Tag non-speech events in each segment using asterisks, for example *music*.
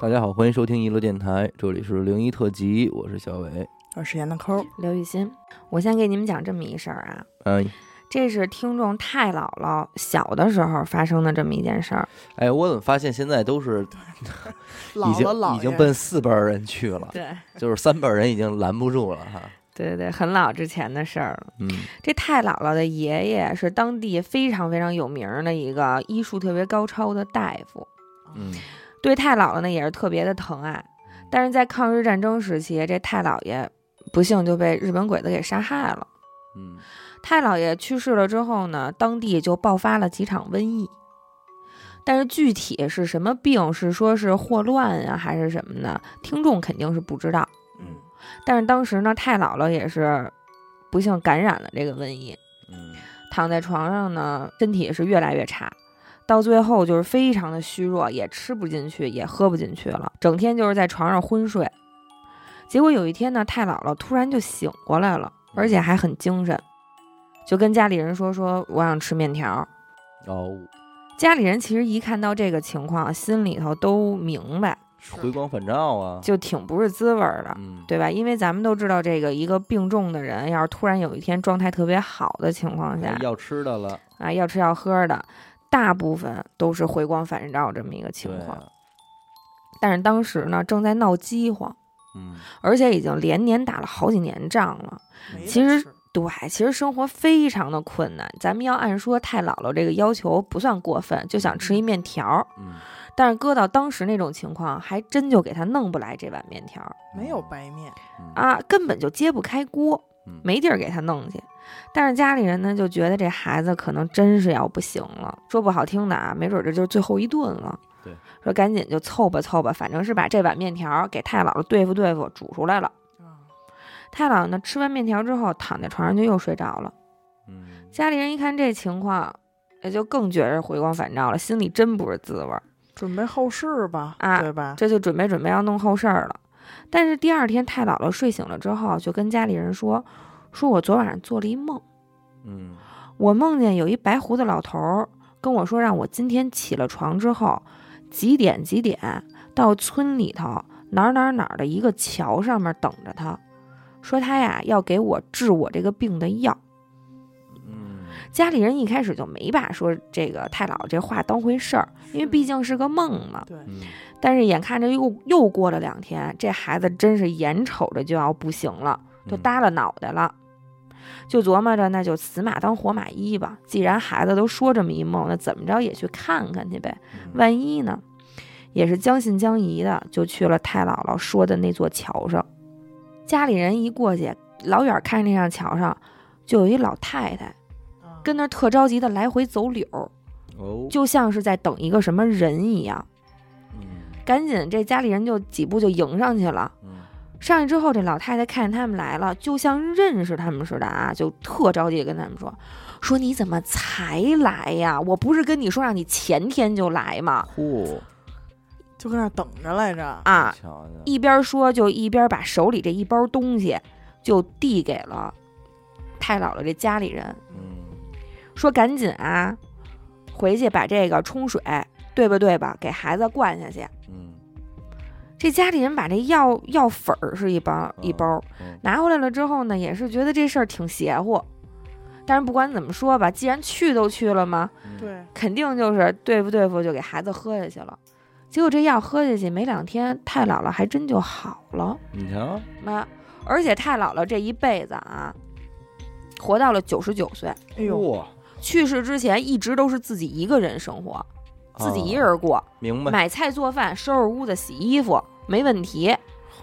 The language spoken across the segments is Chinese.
大家好，欢迎收听娱乐电台，这里是零一特辑，我是小伟。我是严的抠儿，刘雨欣，我先给你们讲这么一事儿啊，嗯、这是听众太姥姥小的时候发生的这么一件事儿。哎，我怎么发现现在都是已姥经姥姥已经爷奔四辈儿人去了，对，就是三辈儿人已经拦不住了哈。对对，很老之前的事儿了。嗯，这太姥姥的爷爷是当地非常非常有名儿的一个医术特别高超的大夫，嗯，对太姥姥呢也是特别的疼爱。但是在抗日战争时期，这太姥爷不幸就被日本鬼子给杀害了。嗯，太姥爷去世了之后呢，当地就爆发了几场瘟疫，但是具体是什么病，是说是霍乱啊，还是什么呢？听众肯定是不知道。嗯，但是当时呢，太姥姥也是不幸感染了这个瘟疫，嗯，躺在床上呢，身体是越来越差，到最后就是非常的虚弱，也吃不进去，也喝不进去了，整天就是在床上昏睡。结果有一天呢，太姥姥突然就醒过来了，而且还很精神，就跟家里人说说我想吃面条。哦，家里人其实一看到这个情况，心里头都明白，回光返照啊。就挺不是滋味儿的。嗯，对吧？因为咱们都知道，这个一个病重的人，要是突然有一天状态特别好的情况下，哎要吃的了，啊，要吃要喝的，大部分都是回光返照这么一个情对啊，况。但是当时呢，正在闹饥荒，嗯，而且已经连年打了好几年仗了。没其得实吃对，其实生活非常的困难。咱们要按说太姥姥这个要求不算过分，就想吃一面条儿，嗯，但是搁到当时那种情况，还真就给他弄不来这碗面条儿没有白面，嗯，啊，根本就揭不开锅，嗯，没地儿给他弄去。但是家里人呢就觉得这孩子可能真是要不行了，说不好听的啊，没准这就是最后一顿了。对，说赶紧就凑吧凑吧，反正是把这碗面条给太姥姥对付对付，煮出来了。嗯啊太姥姥呢吃完面条之后，躺在床上就又睡着了。嗯，家里人一看这情况，也就更觉着回光返照了，心里真不是滋味儿，准备后事吧，啊对吧？这就准备准备要弄后事儿了。但是第二天太姥姥睡醒了之后，就跟家里人说，说我昨晚上做了一梦。嗯，我梦见有一白胡子老头儿跟我说，让我今天起了床之后，几点几点到村里头哪儿哪儿哪儿的一个桥上面等着他，说他呀要给我治我这个病的药。嗯，家里人一开始就没把说这个太姥这话当回事儿，因为毕竟是个梦嘛。对，嗯，但是眼看着又又过了两天，这孩子真是眼瞅着就要不行了。就嗯，耷拉脑袋了，就琢磨着那就死马当活马医吧。既然孩子都说这么一梦，那怎么着也去看看去呗，嗯，万一呢？也是将信将疑的，就去了太姥姥说的那座桥上。家里人一过去，老远看那上桥上，就有一老太太啊跟那儿特着急的来回走柳儿，哦，就像是在等一个什么人一样。嗯，赶紧，这家里人就几步就迎上去了。嗯，上去之后，这老太太看见他们来了，就像认识他们似的啊，就特着急地跟他们说：“说你怎么才来呀？我不是跟你说让你前天就来吗？嚯，就跟那儿等着来着，啊！”瞧瞧，一边说就一边把手里这一包东西就递给了太姥姥这家里人，嗯，说：“赶紧啊，回去把这个冲水对吧对吧，给孩子灌下去。”嗯，这家里人把这药药粉儿是一包一包，嗯，拿回来了之后呢，也是觉得这事儿挺邪乎。但是不管怎么说吧，既然去都去了嘛，嗯，对，肯定就是对付对付就给孩子喝下去了。结果这药喝下去没两天，太姥姥还真就好了。你瞧，妈，而且太姥姥这一辈子啊，活到了九十九岁，哎呦，嚯，去世之前一直都是自己一个人生活，自己一个啊，人过，明白，买菜做饭、收拾屋子、洗衣服，没问题。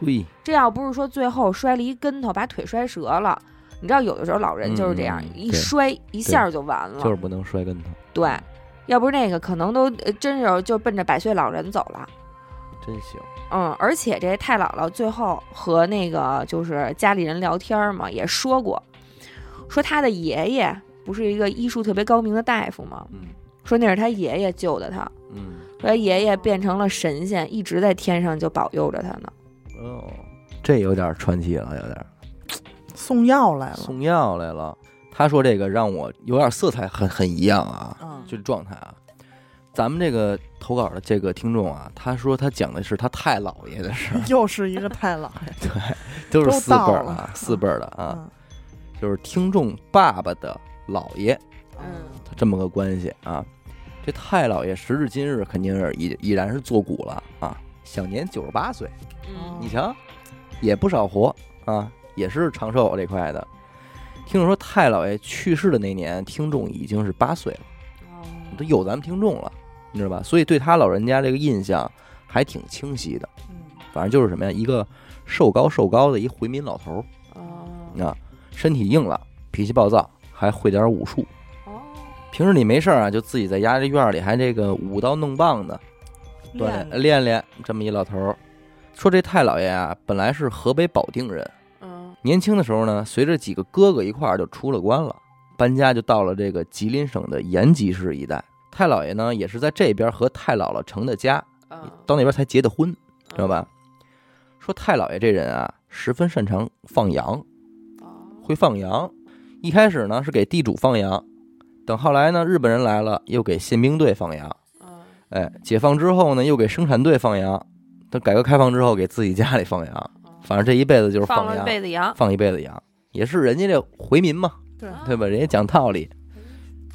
嘿，这要不是说最后摔了一跟头，把腿摔折了，你知道有的时候老人就是这样，嗯嗯一对摔一下就完了。就是不能摔跟头，对，要不是那个，可能都呃真是就奔着百岁老人走了。真行，嗯，而且这太姥姥最后和那个就是家里人聊天嘛，也说过，说他的爷爷不是一个医术特别高明的大夫吗？嗯，说那是他爷爷救的他，嗯，说他爷爷变成了神仙，一直在天上就保佑着他呢。哦，这有点传奇了，有点。送药来了，送药来了。他说这个让我有点色彩很很一样啊，啊，就这状态啊。咱们这个投稿的这个听众啊，他说他讲的是他太姥爷的事 *laughs* 儿， *laughs* 又是一个太 *laughs* 姥爷。对，都是都四辈儿到啊了，四辈儿的啊，嗯就是听众爸爸的姥爷，嗯他这么个关系啊。这太姥爷时至今日肯定是已已然是作古了啊，享年九十八岁，你哦嗯瞧，也不少活啊，也是长寿这块的。听说太姥爷去世的那年，听众已经是八岁了。哦都有咱们听众了，你知道吧？所以对他老人家这个印象还挺清晰的。嗯反正就是什么呀，一个瘦高瘦高的一回民老头哦儿啊，身体硬朗，脾气暴躁，还会点武术。哦平时你没事儿啊，就自己在家这院儿里还这个舞刀弄棒的锻练了炼呃练练，这么一老头儿。说这太姥爷啊，本来是河北保定人，嗯年轻的时候呢，随着几个哥哥一块儿就出了关了，搬家就到了这个吉林省的延吉市一带。太姥爷呢，也是在这边和太姥姥成的家，嗯到那边才结的婚，知道吧？吧？说太姥爷这人啊，十分擅长放羊，哦会放羊。一开始呢是给地主放羊，等后来呢日本人来了，又给宪兵队放羊。嗯哎，解放之后呢，又给生产队放羊。等改革开放之后，给自己家里放羊。哦反正这一辈子就是放放了羊，一辈子羊，放一辈子羊，也是人家这回民嘛，对啊对吧？人家讲道理，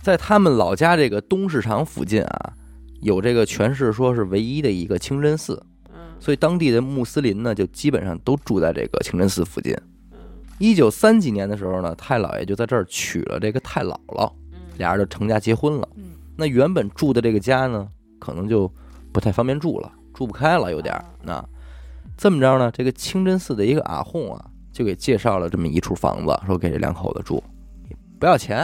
在他们老家这个东市场附近啊，有这个全市说是唯一的一个清真寺，嗯所以当地的穆斯林呢，就基本上都住在这个清真寺附近。嗯一九三几年的时候呢，太姥爷就在这儿娶了这个太姥姥，嗯俩人就成家结婚了。嗯那原本住的这个家呢，可能就不太方便住了，住不开了，有点儿啊。这么着呢，这个清真寺的一个阿訇啊，就给介绍了这么一处房子，说给这两口子住，不要钱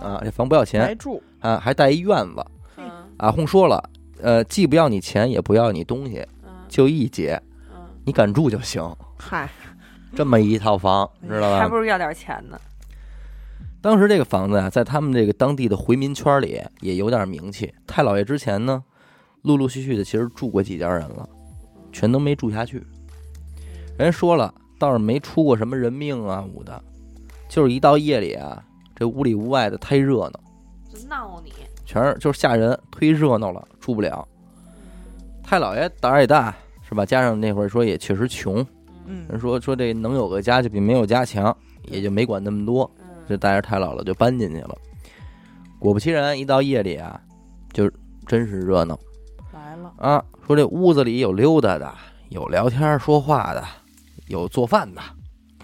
啊，这房不要白钱住，啊，还带一院子。嗯阿訇说了，呃，既不要你钱，也不要你东西，嗯就一姐，嗯，你敢住就行。嗨，这么一套房，知道还吧？不如要点钱呢。当时这个房子啊，在他们这个当地的回民圈里也有点名气。太姥爷之前呢，陆陆续续的其实住过几家人了，全都没住下去。人说了，倒是没出过什么人命啊，捂的，就是一到夜里啊，这屋里屋外的太热闹，就闹你，全是就是吓人，忒热闹了，住不了。太姥爷胆儿也大，是吧？加上那会儿说也确实穷，嗯人说说这能有个家就比没有家强，也就没管那么多。嗯就带着太姥姥就搬进去了。果不其然，一到夜里啊，就真是热闹来了，啊！说这屋子里有溜达的，有聊天说话的，有做饭的，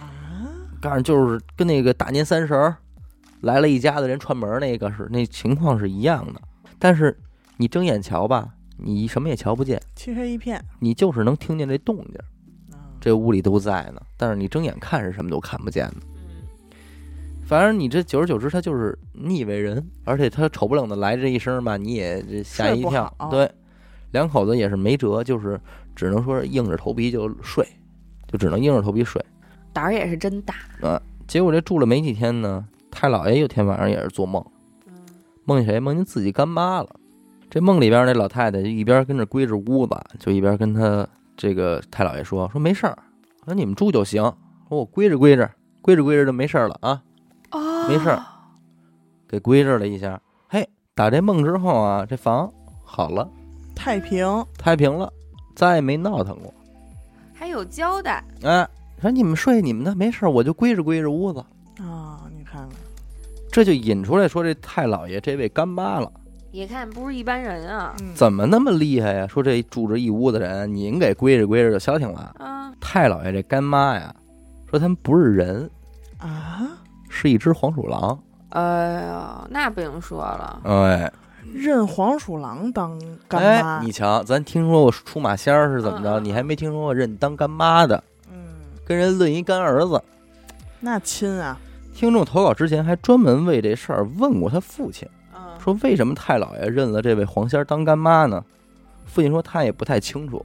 啊，但是就是跟那个大年三十儿来了一家子人串门儿那个是那情况是一样的。但是你睁眼瞧吧，你什么也瞧不见，漆黑一片，你就是能听见这动静儿，啊这屋里都在呢。但是你睁眼看是什么都看不见的。嗯反正你这久而久之，他就是腻为人，而且他丑不愣的来这一声吧，你也这吓一睡不跳好。对，两口子也是没辙，就是只能说硬着头皮就睡，就只能硬着头皮睡。胆儿也是真大，结果这住了没几天呢，太姥爷有天晚上也是做梦，嗯梦见谁？梦见自己干妈了。这梦里边那老太太就一边跟着归置屋子，就一边跟他这个太姥爷说：“说没事儿，说你们住就行，说我归置归置，归置归置就没事儿了啊。”哦没事儿给归置了一下。嘿，打这梦之后啊，这房好了，嗯太平，太平了，再也没闹腾过。还有交代，哎，说你们睡你们的，没事儿，我就归置归置屋子。啊，你看看，这就引出来说这太姥爷这位干妈了，也看不是一般人啊，嗯怎么那么厉害呀？说这住着一屋子人，您给归置归置就消停了。啊太姥爷这干妈呀，说他们不是人，啊？是一只黄鼠狼。哎呦，那不用说了，哎，认黄鼠狼当干哎，妈，你瞧，咱听说过出马仙儿是怎么着，嗯嗯你还没听说过认当干妈的，嗯，跟人论一干儿子。那亲啊，听众投稿之前还专门为这事儿问过他父亲，嗯说为什么太姥爷认了这位黄仙儿当干妈呢？父亲说他也不太清楚，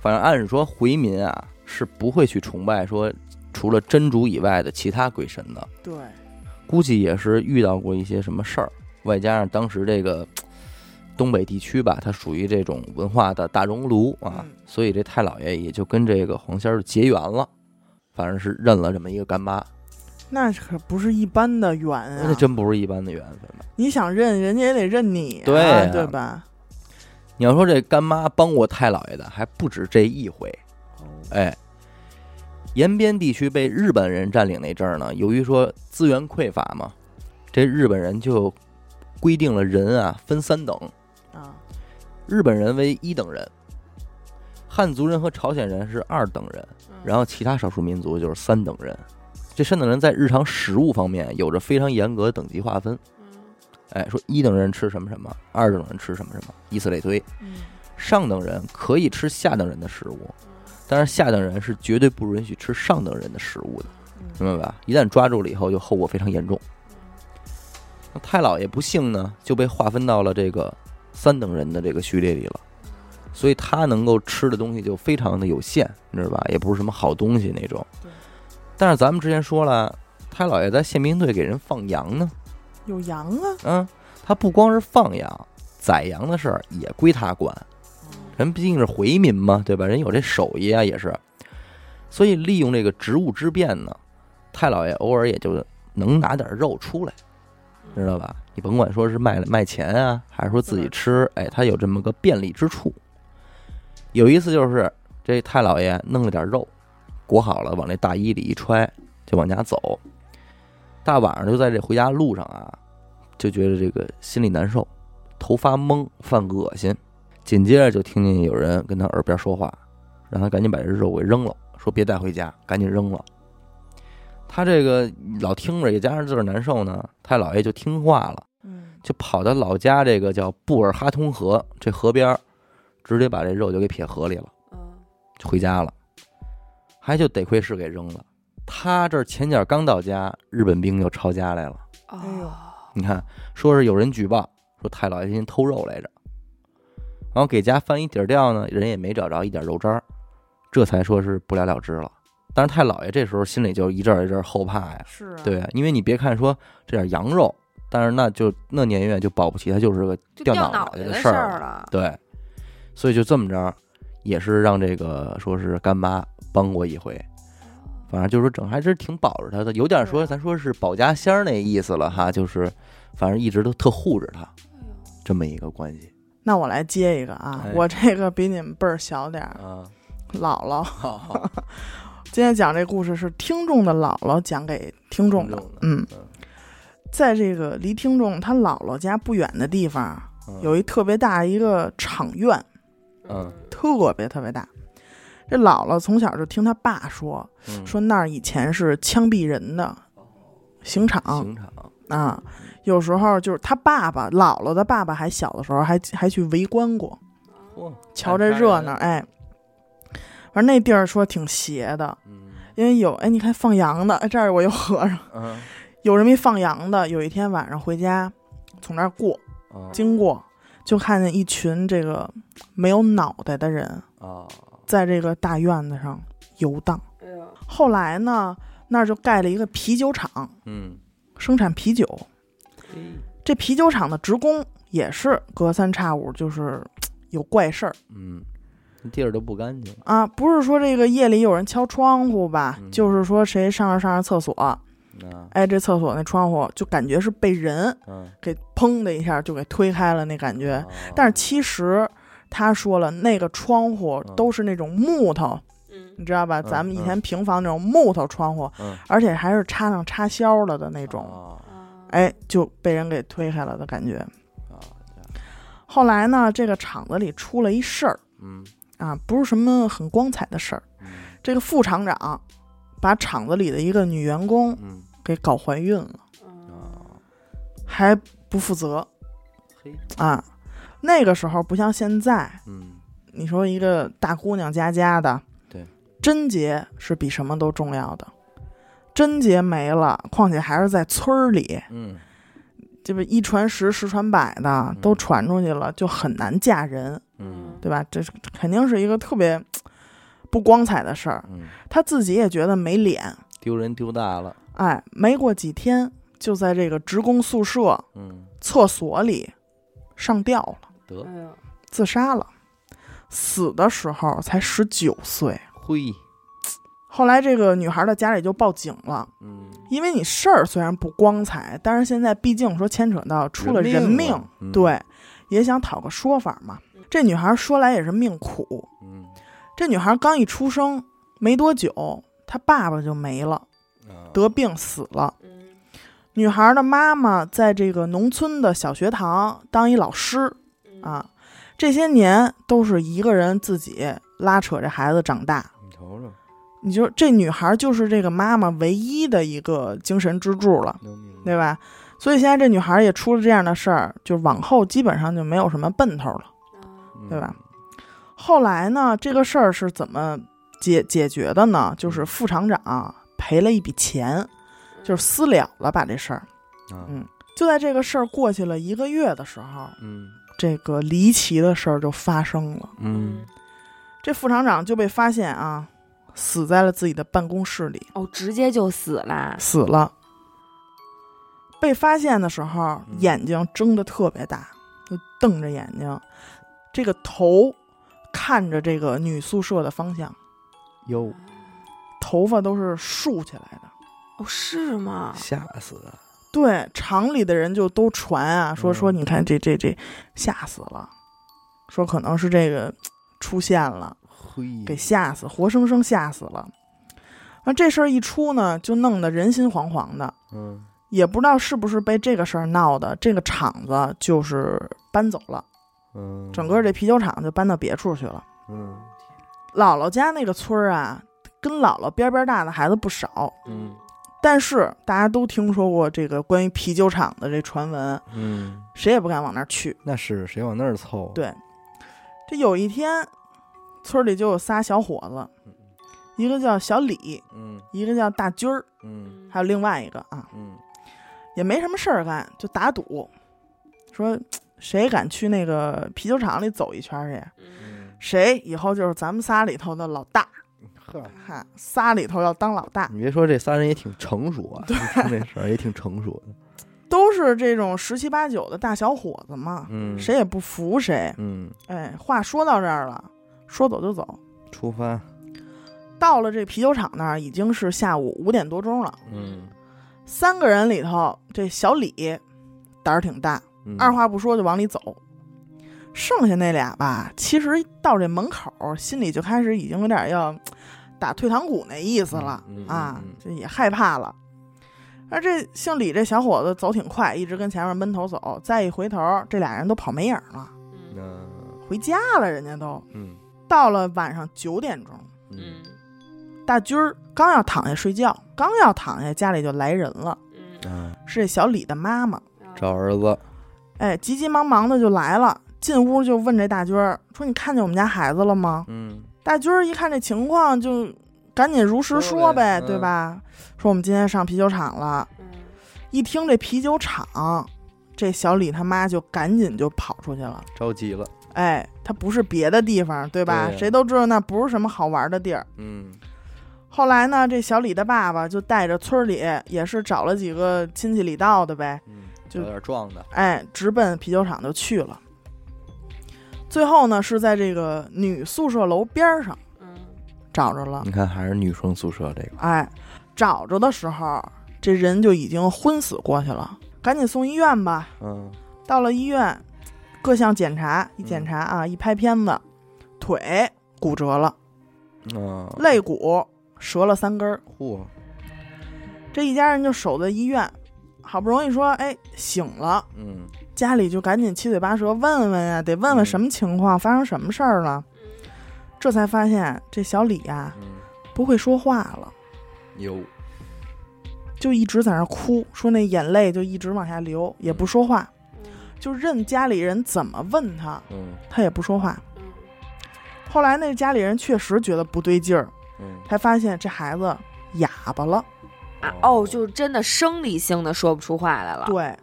反正按理说回民啊是不会去崇拜说除了真主以外的其他鬼神的，对，估计也是遇到过一些什么事儿，外加上当时这个东北地区吧，它属于这种文化的大熔炉啊嗯，所以这太姥爷也就跟这个黄仙儿结缘了，反正是认了这么一个干妈，那可不是一般的远那啊！真不是一般的缘分吧。你想认人家也得认你、啊，对啊对吧？你要说这干妈帮过太姥爷的还不止这一回，哎，延边地区被日本人占领那阵儿呢，由于说资源匮乏嘛，这日本人就规定了人啊分三等，啊，日本人为一等人，汉族人和朝鲜人是二等人，嗯然后其他少数民族就是三等人。这三等人在日常食物方面有着非常严格的等级划分。哎，说一等人吃什么什么，二等人吃什么什么，以此类推。嗯上等人可以吃下等人的食物，但是下等人是绝对不允许吃上等人的食物的，嗯明白吧？一旦抓住了以后，就后果非常严重。那太姥爷不幸呢，就被划分到了这个三等人的这个序列里了，所以他能够吃的东西就非常的有限，你知道吧？也不是什么好东西那种对。但是咱们之前说了，太姥爷在宪兵队给人放羊呢，有羊啊，嗯，他不光是放羊，宰羊的事儿也归他管。人毕竟是回民嘛，对吧？人有这手艺啊，也是。所以利用这个职务之便呢，太姥爷偶尔也就能拿点肉出来，知道吧？你甭管说是卖卖钱啊，还是说自己吃，哎，他有这么个便利之处。有一次就是这太姥爷弄了点肉，裹好了往那大衣里一揣，就往家走。大晚上就在这回家路上啊，就觉得这个心里难受，头发懵，犯恶心。紧接着就听见有人跟他耳边说话，让他赶紧把这肉给扔了，说别带回家，赶紧扔了。他这个老听着，也加上自个儿难受呢，太姥爷就听话了，嗯就跑到老家这个叫布尔哈通河这河边儿，直接把这肉就给撇河里了，嗯就回家了。还就得亏是给扔了。他这前脚刚到家，日本兵就抄家来了。哎哎呦你看，说是有人举报说太姥爷今天偷肉来着，然后给家翻一底儿调呢，人也没找着一点肉渣儿，这才说是不了了之了。但是太姥爷这时候心里就一阵儿一阵儿后怕呀，是啊，对，因为你别看说这点羊肉，但是那就那年月就保不齐它就是个就掉掉脑脑袋袋的的事儿儿了，对，所以就这么着，也是让这个说是干妈帮过一回，反正就是说整还真挺保着他的，有点说咱说是保家仙儿那意思了哈，就是反正一直都特护着他，这么一个关系那我来接一个啊哎，我这个比你们辈儿小点儿，啊。姥姥。好， *laughs* 好今天讲这故事是听众的姥姥讲给听众的，嗯，在这个离听众他姥姥家不远的地方，啊嗯有一特别大一个场院，嗯特别特别大。这姥姥从小就听她爸说，嗯说那儿以前是枪毙人的刑场刑场啊，有时候就是他爸爸，姥姥的爸爸还小的时候还还去围观过，嚯瞧这热闹，，哎。反正那地儿说挺邪的，嗯因为有哎，你看放羊的，哎这儿我又合上，嗯有这么一放羊的，有一天晚上回家，从那儿过啊经过，就看见一群这个没有脑袋的人啊在这个大院子上游荡。哎呦，后来呢，那儿就盖了一个啤酒厂，嗯，生产啤酒。嘿这啤酒厂的职工也是隔三差五就是有怪事儿嗯，那地儿都不干净，啊，不是说这个夜里有人敲窗户吧，嗯就是说谁上着上着厕所，那哎，这厕所那窗户就感觉是被人嗯，给砰的一下就给推开了那感觉。啊但是其实他说了，那个窗户嗯都是那种木头，嗯你知道吧？嗯咱们以嗯前平房那种木头窗户，嗯而且还是插上插销了的那种。啊哎，就被人给推开了的感觉。啊这样后来呢，这个厂子里出了一事儿嗯啊，不是什么很光彩的事儿。嗯这个副厂长把厂子里的一个女员工嗯给搞怀孕了，嗯啊还不负责嘿啊。那个时候不像现在，嗯你说一个大姑娘家家的，对，贞洁是比什么都重要的。贞洁没了，况且还是在村儿里，嗯这不一传十，十传百的，都传出去了，就很难嫁人。嗯对吧？这是肯定是一个特别不光彩的事儿。嗯，他自己也觉得没脸，丢人丢大了，哎，没过几天就在这个职工宿舍嗯厕所里上吊了，得哎呦，自杀了。死的时候才十九岁。嘿，后来这个女孩的家里就报警了，嗯，因为你事儿虽然不光彩，但是现在毕竟说牵扯到出了人命，了，嗯对，也想讨个说法嘛。这女孩说来也是命苦，嗯这女孩刚一出生没多久，她爸爸就没了，啊得病死了。嗯女孩的妈妈在这个农村的小学堂当一老师，啊，这些年都是一个人自己拉扯着孩子长大。你瞅瞅，你就这女孩就是这个妈妈唯一的一个精神支柱了，能明白对吧？所以现在这女孩也出了这样的事儿，就往后基本上就没有什么奔头了。嗯对吧？后来呢，这个事儿是怎么解解决的呢？就是副厂长赔了一笔钱，就是私了了把这事儿。嗯啊嗯就在这个事儿过去了一个月的时候，嗯这个离奇的事儿就发生了。嗯，这副厂长就被发现啊，死在了自己的办公室里，哦，直接就死了，死了。被发现的时候，嗯眼睛睁得特别大，就瞪着眼睛，这个头看着这个女宿舍的方向，哟，头发都是竖起来的。哦，是吗？吓死了！对，厂里的人就都传啊，说嗯说你看这这这，吓死了，说可能是这个出现了。嘿，给吓死，活生生吓死了。啊，这事儿一出呢，就弄得人心惶惶的，嗯也不知道是不是被这个事儿闹的，这个厂子就是搬走了，嗯，整个这啤酒厂就搬到别处去了。嗯姥姥家那个村儿啊，跟姥姥边边大的孩子不少，嗯但是大家都听说过这个关于啤酒厂的这传闻，嗯，谁也不敢往那儿去。那是谁往那儿凑？对，这有一天，村里就有仨小伙子，一个叫小李，嗯一个叫大军儿，嗯还有另外一个啊，嗯也没什么事儿干，就打赌，说谁敢去那个啤酒厂里走一圈去，嗯，谁以后就是咱们仨里头的老大，呵，哈，仨里头要当老大，你别说这仨人也挺成熟啊，一听这事儿也挺成熟的。都是这种十七八九的大小伙子嘛，嗯，谁？也不服谁。嗯，哎，话说到这儿了，说走就走。出发。到了这啤酒厂那儿已经是下午五点多钟了，嗯，三个人里头，这小李胆儿挺大，嗯二话不说就往里走。剩下那俩吧，其实到这门口，心里就开始已经有点要打退堂鼓那意思了、嗯嗯啊嗯嗯，这也害怕了。而这姓李这小伙子走挺快，一直跟前面闷头走。再一回头，这俩人都跑没影儿了，那回家了。人家都嗯到了晚上九点钟，嗯大军儿刚要躺下睡觉，刚要躺下，家里就来人了，嗯啊，是这小李的妈妈。找儿子。哎，急急忙忙的就来了，进屋就问这大军儿说：“你看见我们家孩子了吗嗯，？”大军儿一看这情况，就赶紧如说实说呗嗯呗，对吧？说我们今天上啤酒厂了。一听这啤酒厂，这小李他妈就赶紧就跑出去了。着急了。哎，他不是别的地方，对吧？对呀谁都知道那不是什么好玩的地儿。嗯后来呢，这小李的爸爸就带着村里也是找了几个亲戚里道的呗，嗯，就有点壮的。哎，直奔啤酒厂就去了。最后呢，是在这个女宿舍楼边儿上嗯找着了。你看，还是女生宿舍这个。哎，找着的时候，这人就已经昏死过去了，赶紧送医院吧。嗯到了医院，各项检查一检查啊，一拍片子，腿骨折了，嗯，肋骨折了三根儿。嚯，这一家人就守在医院，好不容易说，哎，醒了。嗯家里就赶紧七嘴八舌问问啊，得问嗯问什么情况，发生什么事儿了。这才发现这小李呀、嗯，不会说话了，有就一直在那儿哭，说那眼泪就一直往下流，也不说话，嗯就任家里人怎么问他，嗯他也不说话。后来那家里人确实觉得不对劲儿，嗯才发现这孩子哑巴了。啊哦，就是真的生理性的说不出话来了，对，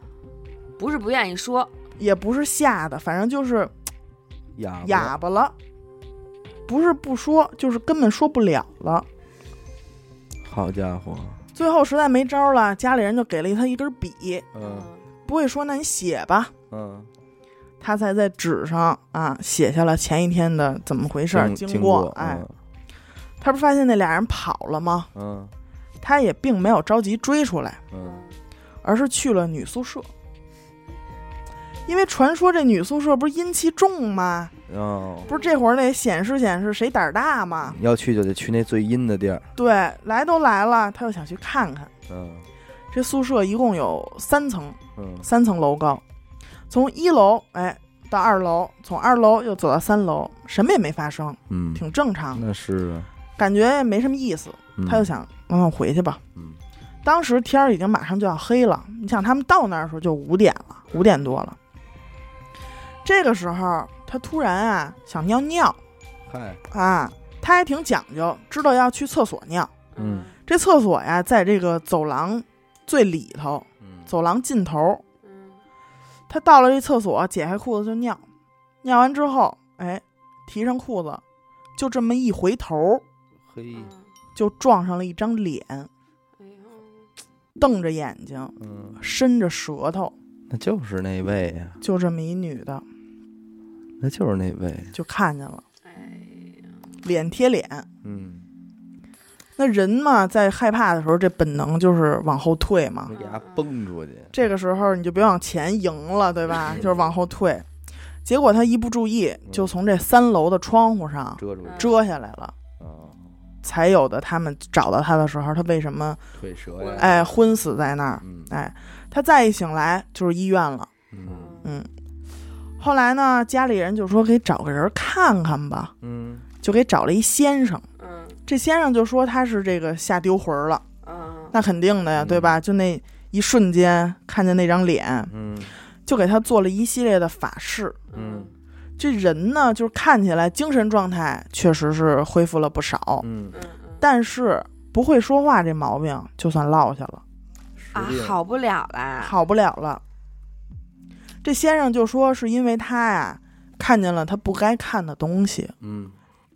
不是不愿意说，也不是吓的，反正就是哑哑巴了，不是不说，就是根本说不了了。好家伙，最后实在没招儿了，家里人就给了他一根笔，嗯不会说，那你写吧。嗯，他才在纸上啊写下了前一天的怎么回事儿经经过，哎，他不是发现那俩人跑了吗？嗯他也并没有着急追出来，嗯而是去了女宿舍。因为传说这女宿舍不是阴气重吗？嗯哦，不是这会儿得显示显示谁胆儿大嘛？啊要去就得去那最阴的地儿。对，来都来了，他又想去看看。嗯这宿舍一共有三层，嗯三层楼高，从一楼哎到二楼，从二楼又走到三楼，什么也没发生，嗯，挺正常的，那是啊，感觉也没什么意思。嗯他就想，嗯，回去吧。嗯当时天儿已经马上就要黑了，你想他们到那儿的时候就五点了，五点多了。这个时候他突然啊想尿尿嗨，啊，他还挺讲究，知道要去厕所尿。嗯这厕所呀，在这个走廊最里头，嗯走廊尽头。嗯他到了这厕所，解开裤子就尿，尿完之后，哎，提上裤子，就这么一回头，嗯嘿，就撞上了一张脸，瞪着眼睛，嗯，伸着舌头，那就是那位呀，就这么一女的那就是那位，就看见了，哎呀，脸贴脸。嗯，那人嘛，在害怕的时候，这本能就是往后退嘛。没给他崩出去，这个时候你就别往前迎了，对吧？就是往后退。结果他一不注意，就从这三楼的窗户上遮住去遮下来了，啊，才有的他们找到他的时候，他为什么腿折呀，哎昏死在那儿？嗯哎，他再一醒来就是医院了。嗯嗯，后来呢，家里人就说给找个人看看吧，嗯就给找了一先生。嗯这先生就说他是这个吓丢魂儿了，嗯，那肯定的呀，嗯对吧？就那一瞬间看见那张脸，嗯就给他做了一系列的法事。嗯这人呢，就是看起来精神状态确实是恢复了不少，嗯，嗯但是不会说话这毛病就算落下了，实啊病，好不了啦，好不了了。这先生就说是因为他呀看见了他不该看的东西，嗯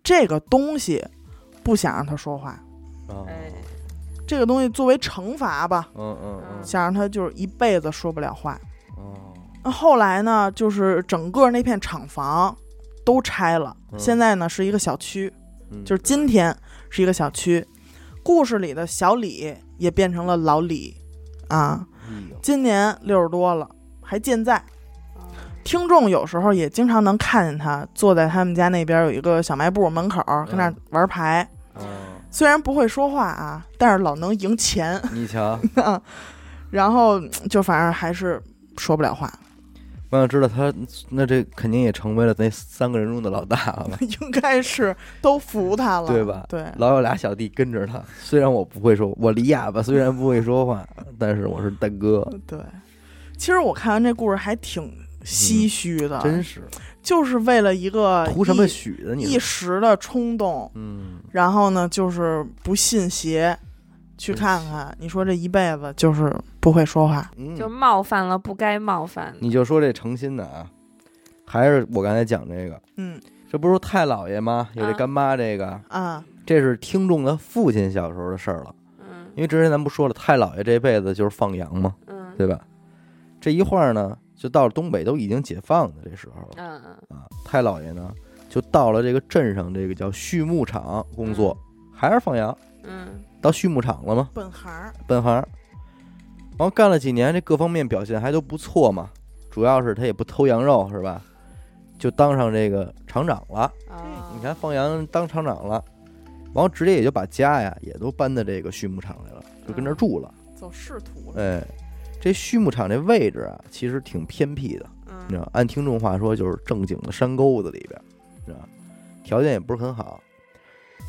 这个东西不想让他说话，啊，哎，这个东西作为惩罚吧，嗯嗯想让他就是一辈子说不了话。嗯，哦，那后来呢，就是整个那片厂房都拆了，嗯现在呢是一个小区，嗯就是今天是一个小区。故事里的小李也变成了老李，啊，哎呦今年六十多了，还健在。听众有时候也经常能看见他坐在他们家那边有一个小卖部门口，跟那儿玩牌。哦，虽然不会说话啊，但是老能赢钱， *laughs* 你瞧，然后就反正还是说不了话， *laughs* 我想知道他那这肯定也成为了那三个人中的老大了，应该是都服他了，对吧对，老有俩小弟跟着他。虽然我不会说，我李哑巴，虽然不会说话，但是我是大哥，对，其实我看完这故事还挺唏嘘的，嗯真是就是为了一个图什么一许的你一说？时的冲动，嗯，然后呢，就是不信邪，去看看。你说这一辈子就是不会说话，嗯就冒犯了不该冒犯的，你就说这诚心的啊，还是我刚才讲这个，嗯这不是太姥爷吗？有这啊干妈这个，啊，这是听众的父亲小时候的事儿了。嗯因为之前咱不说了，太姥爷这辈子就是放羊嘛，嗯对吧？这一晃呢，就到了东北都已经解放的这时候了嗯嗯啊，太姥爷呢就到了这个镇上这个叫畜牧场工作，还是放羊，嗯到畜牧场了嘛，本行儿本行。然后干了几年，这各方面表现还都不错嘛，主要是他也不偷羊肉，是吧？就当上这个厂长了。啊，你看放羊当厂长了，然后直接也就把家呀也都搬到这个畜牧场来了，就跟这儿住了。走仕途了，哎，这畜牧场这位置啊，其实挺偏僻的，你知嗯道，按听众话说就是正经的山沟子里边，你知道，条件也不是很好。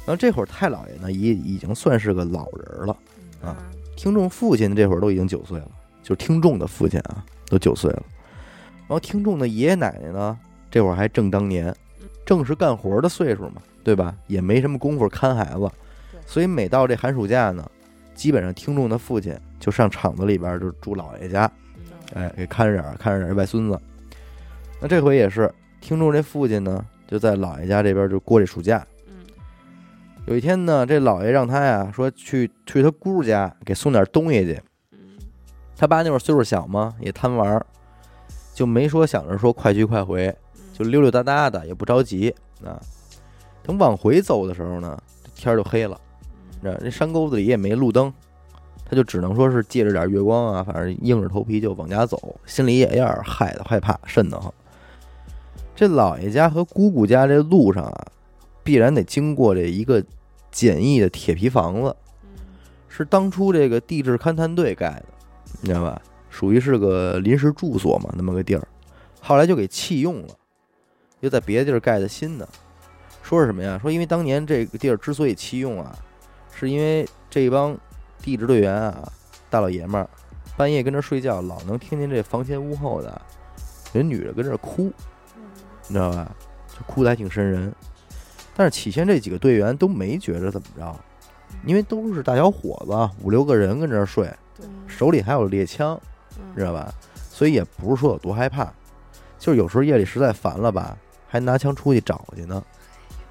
然后这会儿太姥爷呢，也已经算是个老人了。嗯啊听众父亲这会儿都已经九岁了，就是听众的父亲啊，都九岁了。然后听众的爷爷奶奶呢，这会儿还正当年，正是干活的岁数嘛，对吧？也没什么功夫看孩子对，所以每到这寒暑假呢，基本上听众的父亲就上厂子里边儿就住姥爷家，哎，给看着点儿看着点儿这外孙子。那这回也是，听众这父亲呢，就在姥爷家这边就过这暑假。嗯有一天呢，这姥爷让他呀说去去他姑家给送点东西去。嗯他爸那会儿岁数小嘛，也贪玩儿，就没说想着说快去快回，嗯就溜溜达达的，也不着急啊。等往回走的时候呢，这天儿就黑了，嗯这这山沟子里也没路灯，他就只能说是借着点月光啊，反正硬着头皮就往家走，心里也有点害的害怕，瘆得慌。这姥爷家和姑姑家这路上啊，必然得经过这一个简易的铁皮房子，嗯是当初这个地质勘探队盖的，你知道吧？属于是个临时住所嘛，那么个地儿，后来就给弃用了，又在别的地儿盖的新的。说是什么呀？说因为当年这个地儿之所以弃用啊，是因为这帮地质队员啊，大老爷们儿半夜跟这儿睡觉，老能听见这房前屋后的有女的跟这儿哭，嗯你知道吧？就哭得还挺瘆人。但是起先这几个队员都没觉着怎么着，因为都是大小伙子，五六个人跟这儿睡，嗯手里还有猎枪，知道吧？所以也不是说有多害怕，就是有时候夜里实在烦了吧，还拿枪出去找去呢，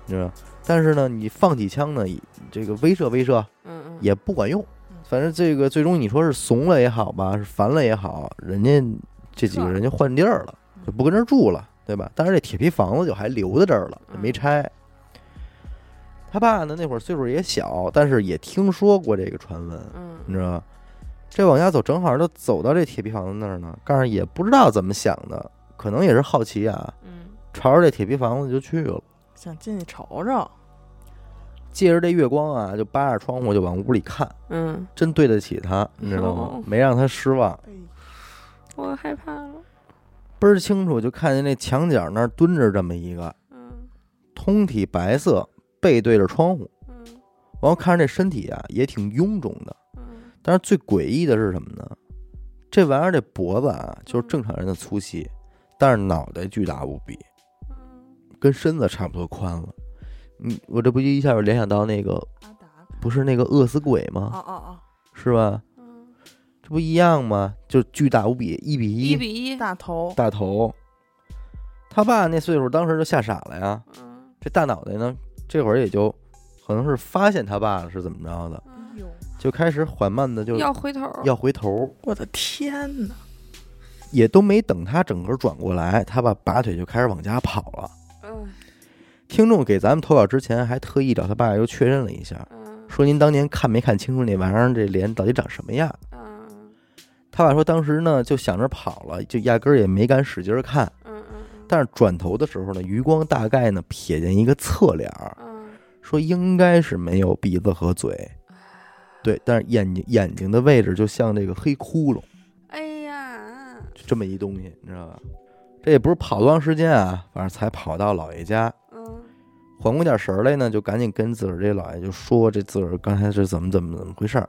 你知道吧？但是呢，你放起枪呢，这个威慑威慑嗯嗯，也不管用嗯。反正这个最终你说是怂了也好吧，是烦了也好，人家这几个人就换地儿了，嗯就不跟这儿住了，对吧？但是这铁皮房子就还留在这儿了，嗯没拆。他爸呢那会儿岁数也小，但是也听说过这个传闻，嗯你知道吧？这往家走，正好就走到这铁皮房子那儿呢，但是也不知道怎么想的，可能也是好奇啊，嗯朝着这铁皮房子就去了，想进去瞅瞅，借着这月光啊，就扒着窗户就往屋里看，嗯，真对得起他，你知道吗哦？没让他失望，我害怕了，倍儿清楚就看见那墙角那儿蹲着这么一个，嗯通体白色，背对着窗户，嗯然后看着这身体啊也挺臃肿的，嗯但是最诡异的是什么呢？这玩意儿这脖子啊就是正常人的粗细，但是脑袋巨大无比，嗯，跟身子差不多宽了。你我这不就一下就联想到那个阿达，不是那个饿死鬼哦吗？哦哦，是吧？嗯，这不一样吗？就巨大无比，一比一比一，大头，大头，他爸那岁数当时就吓傻了呀。嗯这大脑袋呢，这会儿也就可能是发现他爸了是怎么着的，嗯，哎呦，就开始缓慢的就要回头，要回头，我的天哪！也都没等他整个转过来，他爸拔腿就开始往家跑了。嗯听众给咱们投稿之前还特意找他爸又确认了一下，嗯说您当年看没看清楚那玩意儿这脸到底长什么样？嗯他爸说当时呢就想着跑了，就压根儿也没敢使劲儿看，嗯但是转头的时候呢，余光大概呢瞥见一个侧脸儿，嗯说应该是没有鼻子和嘴，对，但是眼睛眼睛的位置就像这个黑窟窿，哎呀，就这么一东西，你知道吧？这也不是跑多长时间啊，反正才跑到姥爷家，嗯缓过点神儿来呢，就赶紧跟自个儿这姥爷就说这自个儿刚才是怎么怎么怎么回事儿。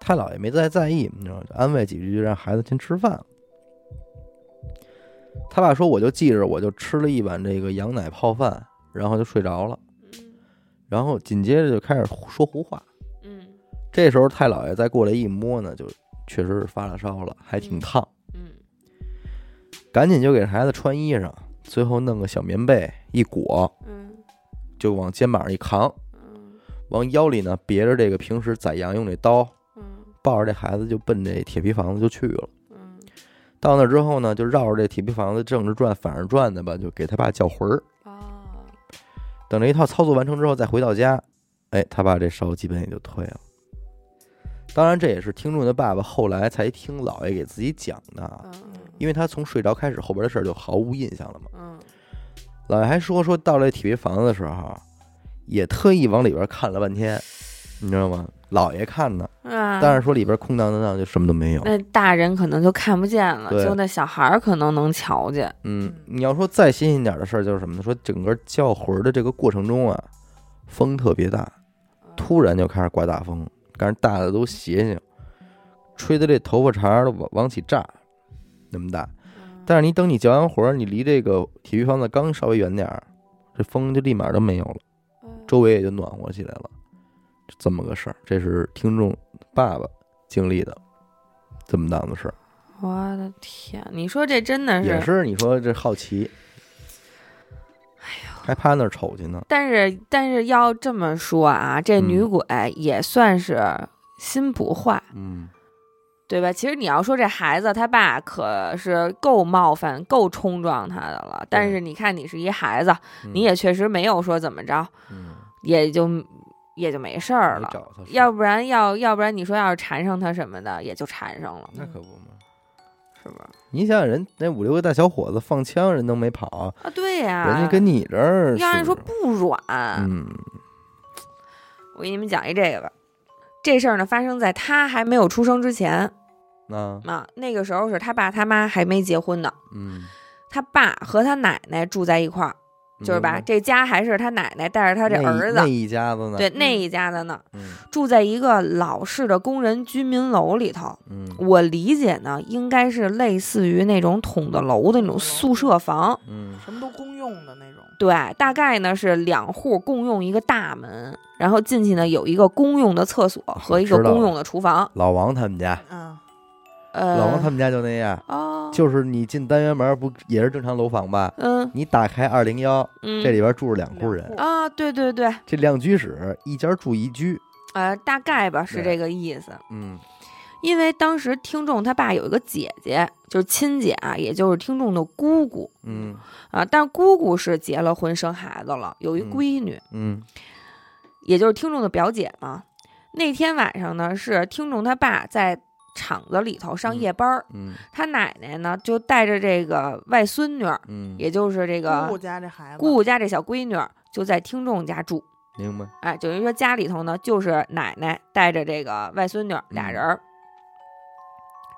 他姥爷没再在意，你知道吗？就安慰几句，就让孩子先吃饭了。他爸说：“我就记着，我就吃了一碗这个羊奶泡饭，然后就睡着了。然后紧接着就开始说胡话，嗯这时候太姥爷再过来一摸呢，就确实是发了烧了，还挺烫，嗯赶紧就给孩子穿衣裳，最后弄个小棉被一裹，嗯就往肩膀上一扛，嗯往腰里呢别着这个平时宰羊用这刀，嗯抱着这孩子就奔这铁皮房子就去了。嗯，到那之后呢，就绕着这铁皮房子正着转反着转的吧，就给他爸叫魂儿。哦，等这一套操作完成之后，再回到家，哎，他爸这烧基本也就退了。当然，这也是听众的爸爸后来才听姥爷给自己讲的啊。嗯因为他从睡着开始，后边的事儿就毫无印象了嘛。嗯姥爷还说说到这体育房子的时候，也特意往里边看了半天，你知道吗？姥爷看呢，啊，但是说里边空荡荡荡，就什么都没有。那大人可能就看不见了，对就那小孩儿可能能瞧见。嗯，你要说再新鲜点的事儿就是什么呢？说整个叫魂儿的这个过程中啊，风特别大，突然就开始刮大风，但是大的都邪性，吹的这头发茬儿都往往起炸，那么大。嗯，但是你等你叫完魂儿，你离这个体育房子刚稍微远点儿，这风就立马都没有了，嗯周围也就暖和起来了，就这么个事儿。这是听众爸爸经历的这么档子事儿，我的天，你说这真的也是你说这好奇，哎呀，还趴那儿瞅去呢。但是但是要这么说啊，这女嗯鬼也算是心不坏，嗯，对吧？其实你要说这孩子他爸可是够冒犯、够冲撞他的了，但对是你看你是一孩子，你也确实没有说怎么着，嗯也就也就没事儿没了。找他是吧，嗯要不然要要不然你说要是缠上他什么的，也就缠上了。那可不嘛。是吧？你想想人那五六个大小伙子放枪，人都没跑，啊，对呀、人家跟你这儿要按是说不软，嗯我给你们讲一这个吧。这事儿呢，发生在他还没有出生之前啊啊。那个时候是他爸他妈还没结婚呢，嗯，他爸和他奶奶住在一块儿，就是吧，明白这家还是他奶奶带着他这哦嗯那一儿那子，一家子呢，对那一家的呢，嗯住在一个老式的工人居民楼里头。嗯我理解呢，应该是类似于那种筒子楼的那种宿舍房，嗯什么都公用的那种。对，大概呢是两户共用一个大门，然后进去呢有一个公用的厕所和一个知道了公用的厨房。老王他们家，嗯，呃，老王他们家就那样，哦，就是你进单元门不也是正常楼房吧？嗯你打开二零幺，嗯，这里边住着两户人两，户啊，对对对，这两居室一家住一居，呃，大概吧是对这个意思。嗯因为当时听众他爸有一个姐姐，就是亲姐啊，也就是听众的姑姑嗯啊，但姑姑是结了婚生孩子了，有一嗯闺女，嗯也就是听众的表姐嘛。那天晚上呢，是听众他爸在厂子里头上嗯夜班儿。嗯他奶奶呢就带着这个外孙女儿，嗯，也就是这姑姑个家这孩子，姑姑家这小闺女儿，就在听众家住。明白，哎，等于说家里头呢，就是奶奶带着这个外孙女儿嗯俩人儿。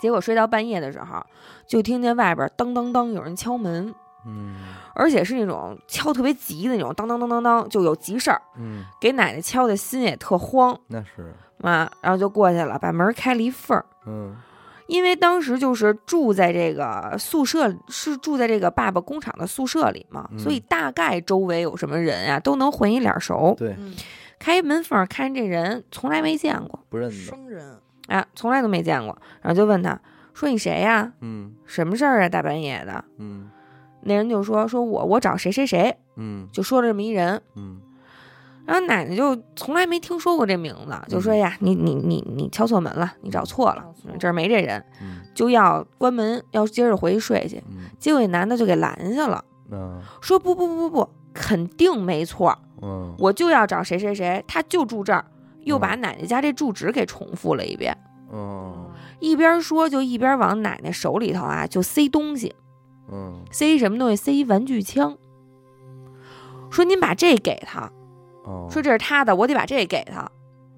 结果睡到半夜的时候，就听见外边儿当当当有人敲门，嗯而且是那种敲特别急的那种，当当当当当，就有急事儿，嗯，给奶奶敲的心也特慌那是，啊。然后就过去了，把门开了一缝儿，嗯因为当时就是住在这个宿舍，是住在这个爸爸工厂的宿舍里嘛，嗯所以大概周围有什么人啊，都能混一脸熟。对，嗯，开门缝儿看这人，从来没见过，不认得，生人，啊，从来都没见过。然后就问他说：“你谁呀、嗯什么事儿啊？大半夜的嗯？”那人就说：“说我我找谁谁谁。嗯”就说了这么一人。嗯然后奶奶就从来没听说过这名字，就说：“哎嗯呀，你你你你敲错门了，你找错了找错，了这儿没这人。嗯”就要关门，要接着回去睡去。嗯，结果那男的就给拦下了，嗯说不不不不不，肯定没错，嗯，我就要找谁谁谁，他就住这儿，又把嗯奶奶家这住址给重复了一遍，嗯一边说就一边往奶奶手里头啊就塞东西，嗯塞什么东西？塞一玩具枪。说您把这给他，哦，说这是他的，我得把这给他。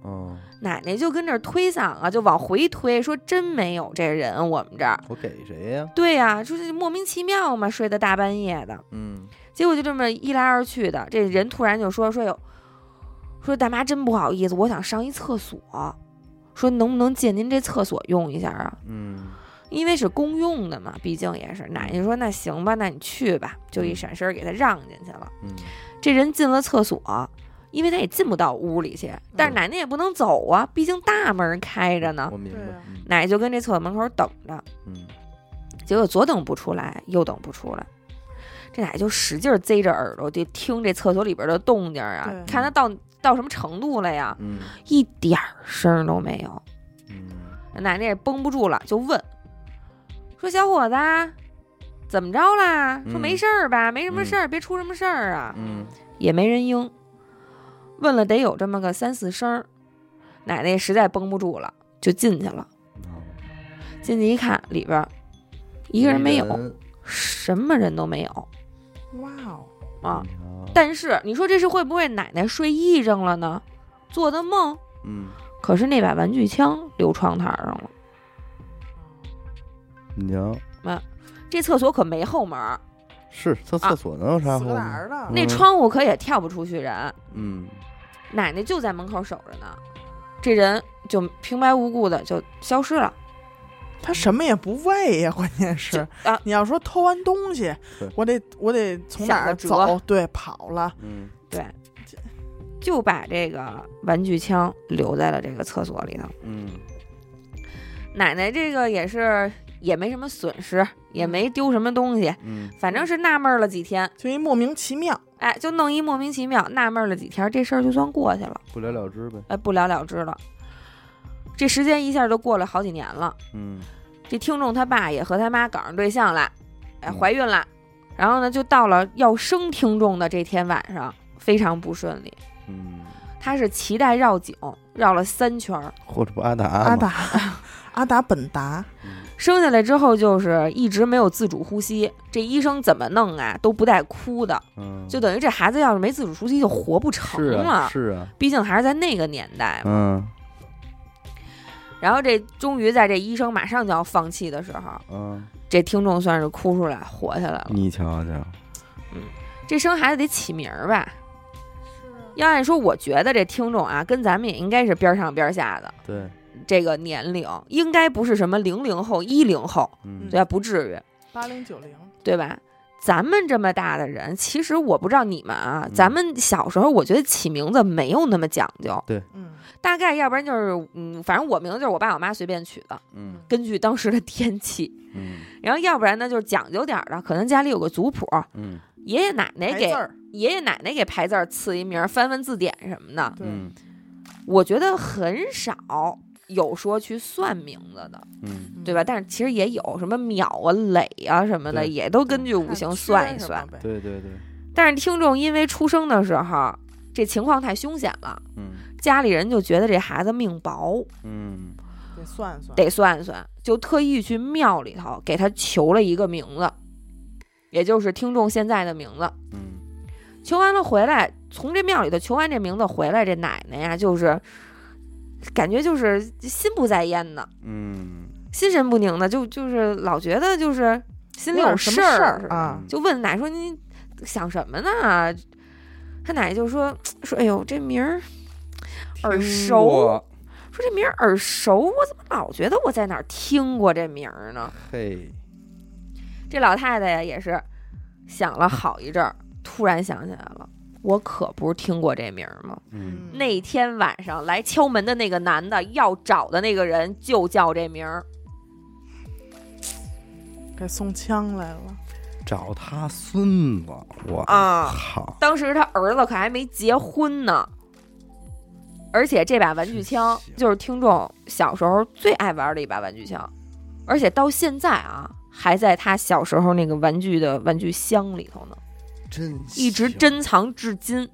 哦，奶奶就跟这儿推搡啊，就往回推，说真没有这人，我们这儿。我给谁呀？对呀、说这莫名其妙嘛，睡到大半夜的。嗯结果就这么一来二去的，这人突然就说说有，说大妈真不好意思，我想上一厕所，说能不能借您这厕所用一下啊？嗯因为是公用的嘛，毕竟也是。奶奶说那行吧，那你去吧，就一闪身给他让进去了。嗯这人进了厕所，因为他也进不到屋里去，但是奶奶也不能走啊，毕竟大门开着呢我。明对白啊，嗯嗯奶奶就跟这厕所门口等着，嗯结果左等不出来，右等不出来，这奶就使劲儿贼着耳朵，就听这厕所里边的动静儿啊对，看他到到什么程度了呀，嗯一点儿声儿都没有。嗯奶奶也绷不住了，就问说：“小伙子，怎么着啦？”说：“嗯没事儿吧，没什么事儿，别出什么事儿啊。嗯也没人应。问了得有这么个三四声儿，奶奶实在绷不住了，就进去了。哦进去一看，里边儿一个人没有，，嗯什么人都没有哇哦，啊。嗯但是你说这是会不会奶奶睡癔症了呢？做的梦？嗯，可是那把玩具枪留窗台上了，你瞧，这厕所可没后门儿，是厕啊厕所能有啥死后个胆门？儿的，那嗯窗户可也跳不出去人。嗯，奶奶就在门口守着呢，这人就平白无故的就消失了。他什么也不喂呀，关键。就是 *laughs* 啊，你要说偷完东西对，我得我得从哪儿想个走？对，跑了，嗯对这，就把这个玩具枪留在了这个厕所里头。嗯奶奶这个也是也没什么损失，也没丢什么东西，嗯反正是纳闷了几天，就一莫名其妙。哎，就弄一莫名其妙，纳闷了几天，这事儿就算过去了，不了了之呗。哎，不了了之了。这时间一下就过了好几年了，嗯这听众他爸也和他妈搞上对象了，哎，嗯怀孕了，然后呢，就到了要生听众的这天晚上，非常不顺利，嗯，他是脐带绕颈绕了三圈儿，或者不阿达阿 *laughs* 吗？达，阿达本达，嗯生下来之后就是一直没有自主呼吸，这医生怎么弄啊都不带哭的，嗯，就等于这孩子要是没自主呼吸就活不成是了。啊，是啊，毕竟还是在那个年代嘛。嗯然后这终于在这医生马上就要放弃的时候，嗯，这听众算是哭出来活下来了。你瞧瞧，这生孩子得起名儿吧？要按说，我觉得这听众啊，跟咱们也应该是边上边下的对，这个年龄，应该不是什么零零后、一零后，嗯对吧？不至于，八零九零，对吧？咱们这么大的人，其实我不知道你们啊，嗯咱们小时候我觉得起名字没有那么讲究，嗯，大概要不然就是嗯，反正我名字就是我爸我妈随便取的，嗯根据当时的天气。嗯然后要不然呢就是讲究点儿的，可能家里有个族谱，嗯爷爷奶奶排给字儿，爷爷奶奶给排字儿赐一名儿，翻翻字典什么的。对，嗯我觉得很少有说去算名字的，嗯，对吧？但是其实也有什么秒啊、垒啊什么的，对也都根据看五行缺算一什么算。呗，对对对，但是听众因为出生的时候这情况太凶险了，嗯家里人就觉得这孩子命薄，嗯得算算，得算算，就特意去庙里头给他求了一个名字，也就是听众现在的名字。嗯求完了回来，从这庙里头求完这名字回来，这奶奶呀，就是感觉就是心不在焉的，嗯，心神不宁的，就就是老觉得就是心里有有什么儿，儿啊？嗯就问奶说你想什么呢？他奶奶就说说哎呦这名儿耳熟，说这名儿耳熟，我怎么老觉得我在哪儿听过这名儿呢？嘿，这老太太呀也是想了好一阵儿，突然想起来了，我可不是听过这名儿吗？嗯那天晚上来敲门的那个男的要找的那个人就叫这名儿，给送枪来了，找他孙子，我啊好，当时他儿子可还没结婚呢。而且这把玩具枪真香就是听众小时候最爱玩的一把玩具枪，而且到现在啊还在他小时候那个玩具的玩具箱里头呢，真一直行珍藏至今。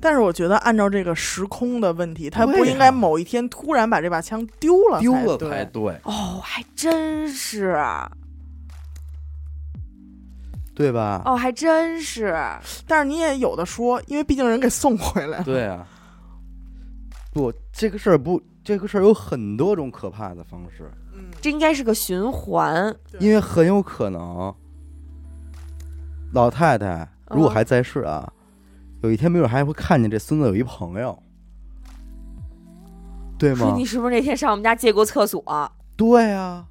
但是我觉得按照这个时空的问题，他对不呀应该某一天突然把这把枪丢了，啊丢了才对。对，哦，还真是啊，对吧？哦，还真是，但是你也有的说，因为毕竟人给送回 *laughs* 来了，对啊，不，这个事儿不，这个事儿有很多种可怕的方式，嗯，这应该是个循环。因为很有可能，老太太嗯如果还在世啊，有一天没准还会看见这孙子有一朋友，对说吗你？是不是那天上我们家借过厕所？对啊，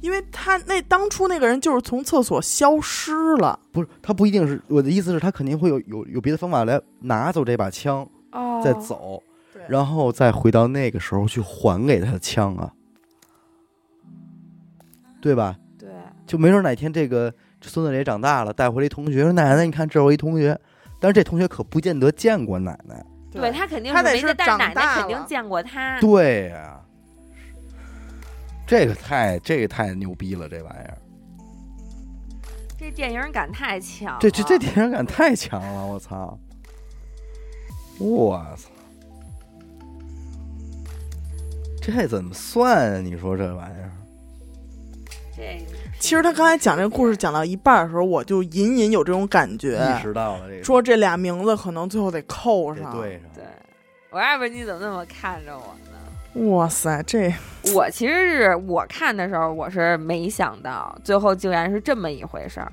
因为他那当初那个人就是从厕所消失了，不是，他不一定是我的意思是，他肯定会有有有别的方法来拿走这把枪，哦，再走，对然后再回到那个时候去还给他的枪啊，嗯对吧？对，就没准哪天这个孙子也长大了，带回来一同学说：“奶奶，你看这是我一同学。”但是这同学可不见得见过奶奶。对他肯定他是得没是见，但长奶奶大肯定了见过他。对呀、这个太这个太牛逼了，这玩意儿，这电影感太强了，这这这电影感太强了，我操！我操！这怎么算啊？你说这玩意儿，这其实他刚才讲这个故事讲到一半的时候，我就隐隐有这种感意觉，识到了这个，说这俩名字可能最后得扣得上。，对上，对我要不然你怎么那么看着我呢？哇塞，这我其实是我看的时候，我是没想到最后竟然是这么一回事儿。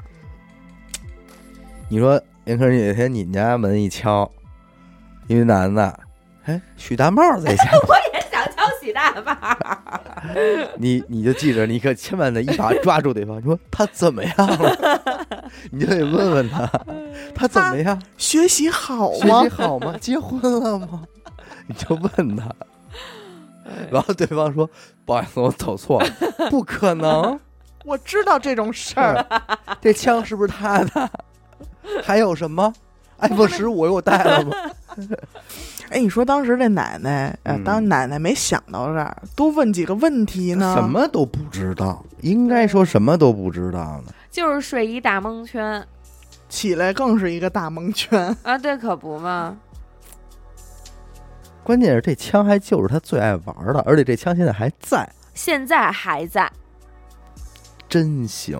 你说严科，有一天你们家门一敲，一个男的，哎，许大茂在家，想敲喜大坝，你你就记着，你可千万得一把抓住对方，你说他怎么样了， *laughs* 你就得问问他，他怎么样，学习好学吗习？好吗？结婚了吗？你就问他，然后对方说不好意思，我走错了，不可能，我知道这种事儿，这枪是不是他的？还有什么？iPhone 十五我带了吗？哎，你说当时这奶奶，呃嗯，当时奶奶没想到这儿，多问几个问题呢？什？么都不知道，应该说什么都不知道呢。就是睡一大蒙圈起来更是一个大蒙 *laughs* 圈。啊！对，可不嘛。关键是这枪还就是他最爱玩的，而且这枪现在还在，现在还在。真行，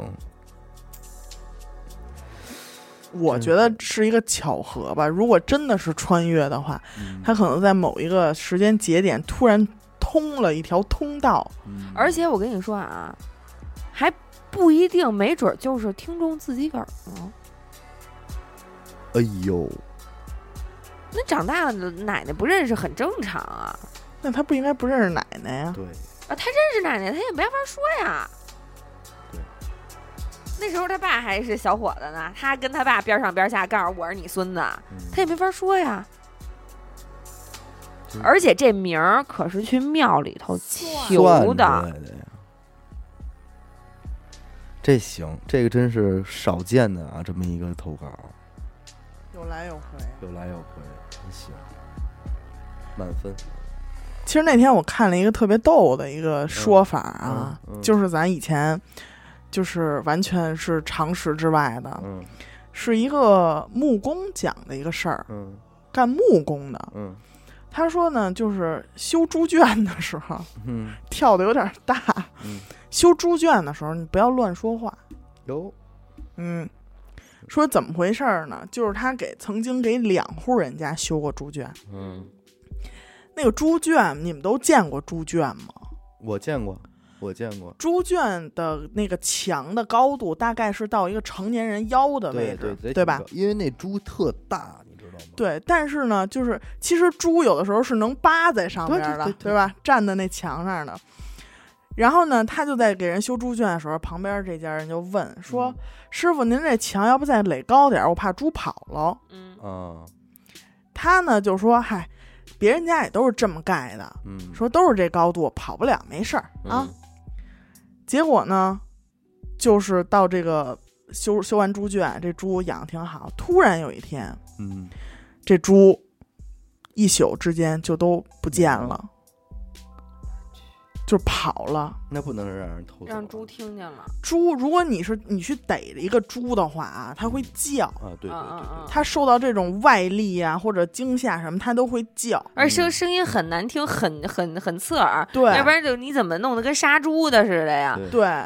我觉得是一个巧合吧。如果真的是穿越的话，嗯他可能在某一个时间节点突然通了一条通道，嗯而且我跟你说啊，还不一定，没准儿就是听众自己个儿呢。哎呦，那长大了，奶奶不认识很正常啊。那他不应该不认识奶奶呀？对，啊，他认识奶奶，他也没法说呀。对。那时候他爸还是小伙子呢，他跟他爸边上边下告诉我是你孙子，他也没法说呀对。而且这名儿可是去庙里头求的，呀。这行，这个真是少见的啊，这么一个投稿，有来有回。有来有回，真行，满分其实那天我看了一个特别逗的一个说法啊，嗯嗯嗯就是咱以前就是完全是常识之外的，嗯是一个木工讲的一个事儿，嗯干木工的。嗯他说呢，就是修猪圈的时候嗯，跳的有点大，嗯修猪圈的时候你不要乱说话。有，嗯，说怎么回事儿呢？就是他给曾经给两户人家修过猪圈，嗯，那个猪圈你们都见过猪圈吗？我见过，我见过，猪圈的那个墙的高度大概是到一个成年人腰的对位置，对对对吧？？因为那猪特大，你知道吗？对，但是呢，就是其实猪有的时候是能扒在上边的，对对对对吧？站在那墙上的。然后呢，他就在给人修猪圈的时候，旁边这家人就问说：“嗯师傅，您这墙要不再垒高点儿，我怕猪跑了。嗯，啊，”他呢就说：“嗨，别人家也都是这么盖的，嗯，说都是这高度，跑不了，没事儿啊。嗯结果呢，就是到这个修修完猪圈，这猪养得挺好，突然有一天，嗯，这猪一宿之间就都不见了，就跑了。那不能让人偷走啊，让猪听见了，猪，如果你是你去逮着一个猪的话啊，它会叫，啊，嗯对对对对，它受到这种外力啊或者惊吓什么，它都会叫。而嗯声声音很难听，很很很刺耳，对要不然就你怎么弄得跟杀猪的似的呀？对 *laughs* 对，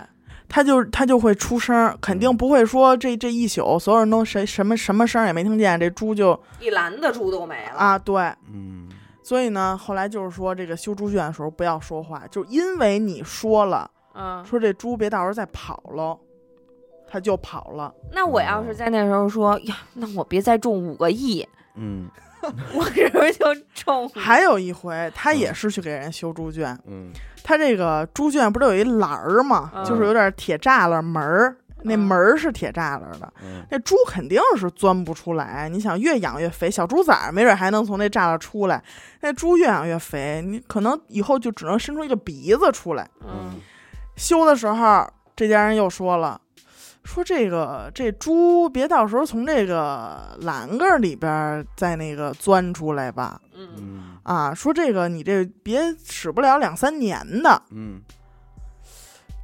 它就它就会出声儿，肯定不会说这这一宿所有人都谁什么什么声儿也没听见，这猪就一篮子猪都没了，啊对。嗯，所以呢，后来就是说，这个修猪圈的时候不要说话，就因为你说了，嗯，说这猪别到时候再跑喽，它就跑了。那我要是在那时候说呀，那我别再中五个亿，嗯我是不是就中了？还有一回，他也是去给人修猪圈，嗯他这个猪圈不是有一栏儿嘛，嗯就是有点铁栅栏门儿，那嗯门儿是铁栅栏的。嗯，那猪肯定是钻不出来，你想越养越肥，小猪崽儿没准还能从那栅栏出来。那猪越养越肥，你可能以后就只能伸出一个鼻子出来。嗯修的时候，这家人又说了，说这个这猪别到时候从这个栏杆里边儿再那个钻出来吧。嗯嗯啊，说这个你这别使不了两三年的。嗯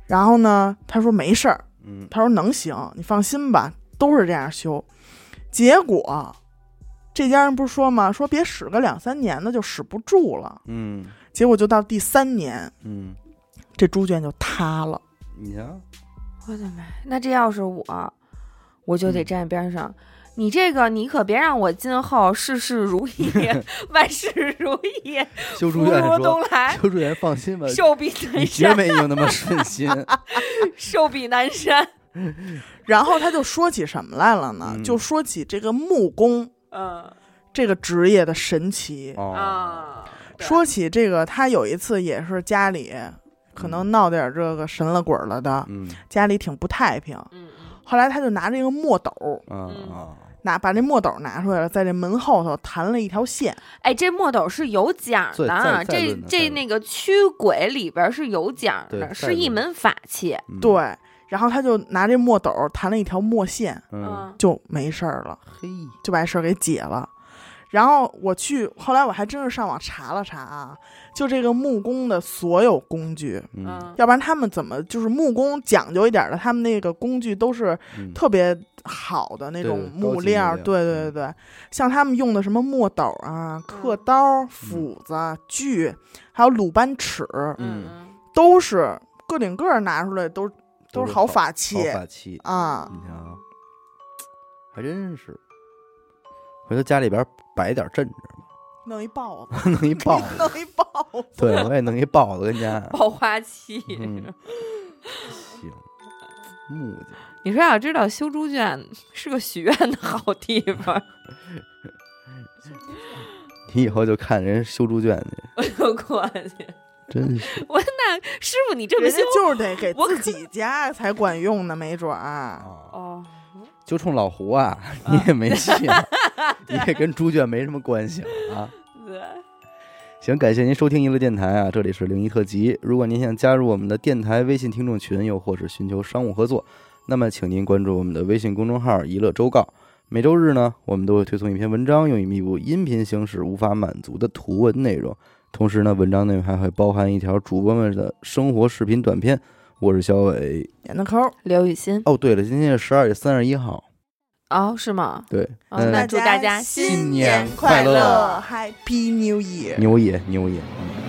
然后呢，他说没事儿，嗯，他说能行，你放心吧，都是这样修。结果这家人不是说吗？说别使个两三年的就使不住了。嗯结果就到第三年，嗯，这猪圈就塌了。你瞧，我的妈！那这要是我，我嗯就得站边上。你这个，你可别让我今后事事如 *laughs* 意，万事如意，修福竹院如东说，来，修竹院放心吧，寿比你南绝山，没有那么顺 *laughs* 心。寿比南山。然后他就说起什么来了呢？嗯就说起这个木工嗯这个职业的神奇。哦，啊，对说起这个，他有一次也是家里可能闹点这个神了鬼儿了的，嗯家里挺不太平。嗯嗯后来他就拿着一个墨斗，啊啊，拿把这墨斗拿出来了，在这门后头弹了一条线。嗯哎，这墨斗是有奖再的再啊，再这论呢再这论那个驱鬼里边是有奖对的，再是一论门法器。嗯，对，然后他就拿这墨斗弹了一条墨线，嗯，嗯就没事儿了，嘿，就把事儿给解了。然后我去，后来我还真是上网查了查啊，就这个木工的所有工具，嗯要不然他们怎么就是木工讲究一点儿的，他们那个工具都是嗯，特别好的那对种对高木级料儿，木料对对对对，像他们用的什么墨斗嗯啊、刻刀、斧子、锯，还有鲁班尺，嗯嗯都是个顶个儿拿出来都都是是好好法好器法器，嗯啊。你瞧，还真是。回头家里边摆点阵着嘛，弄一豹子， *laughs* 弄一豹子， *laughs* 弄一豹子，对我也弄一 *laughs* 豹子跟家。爆花器。嗯行，木匠，你说要知道修猪圈是个许愿的好地方，你以后就看人修猪圈去，我就过去。 *laughs* 真是我说那师傅你这么人修家就是得给我自可己家才管用呢，没准儿。啊！哦，就冲老胡啊，你也没戏 *laughs* 了，你也跟猪圈没什么关系了啊。对，行，感谢您收听娱乐电台啊，这里是灵异特辑。如果您想加入我们的电台微信听众群，又或是寻求商务合作，那么请您关注我们的微信公众号“娱乐周告”。每周日呢，我们都会推送一篇文章，用以弥补音频形式无法满足的图文内容。同时呢，文章内容还会包含一条主播们的生活视频短片。我是小伟。演的抠儿，刘雨欣哦，对了，今天是十二月三十一号，哦，是吗？对，哦嗯那祝大家新年快快乐，Happy New Year！牛爷，牛爷。嗯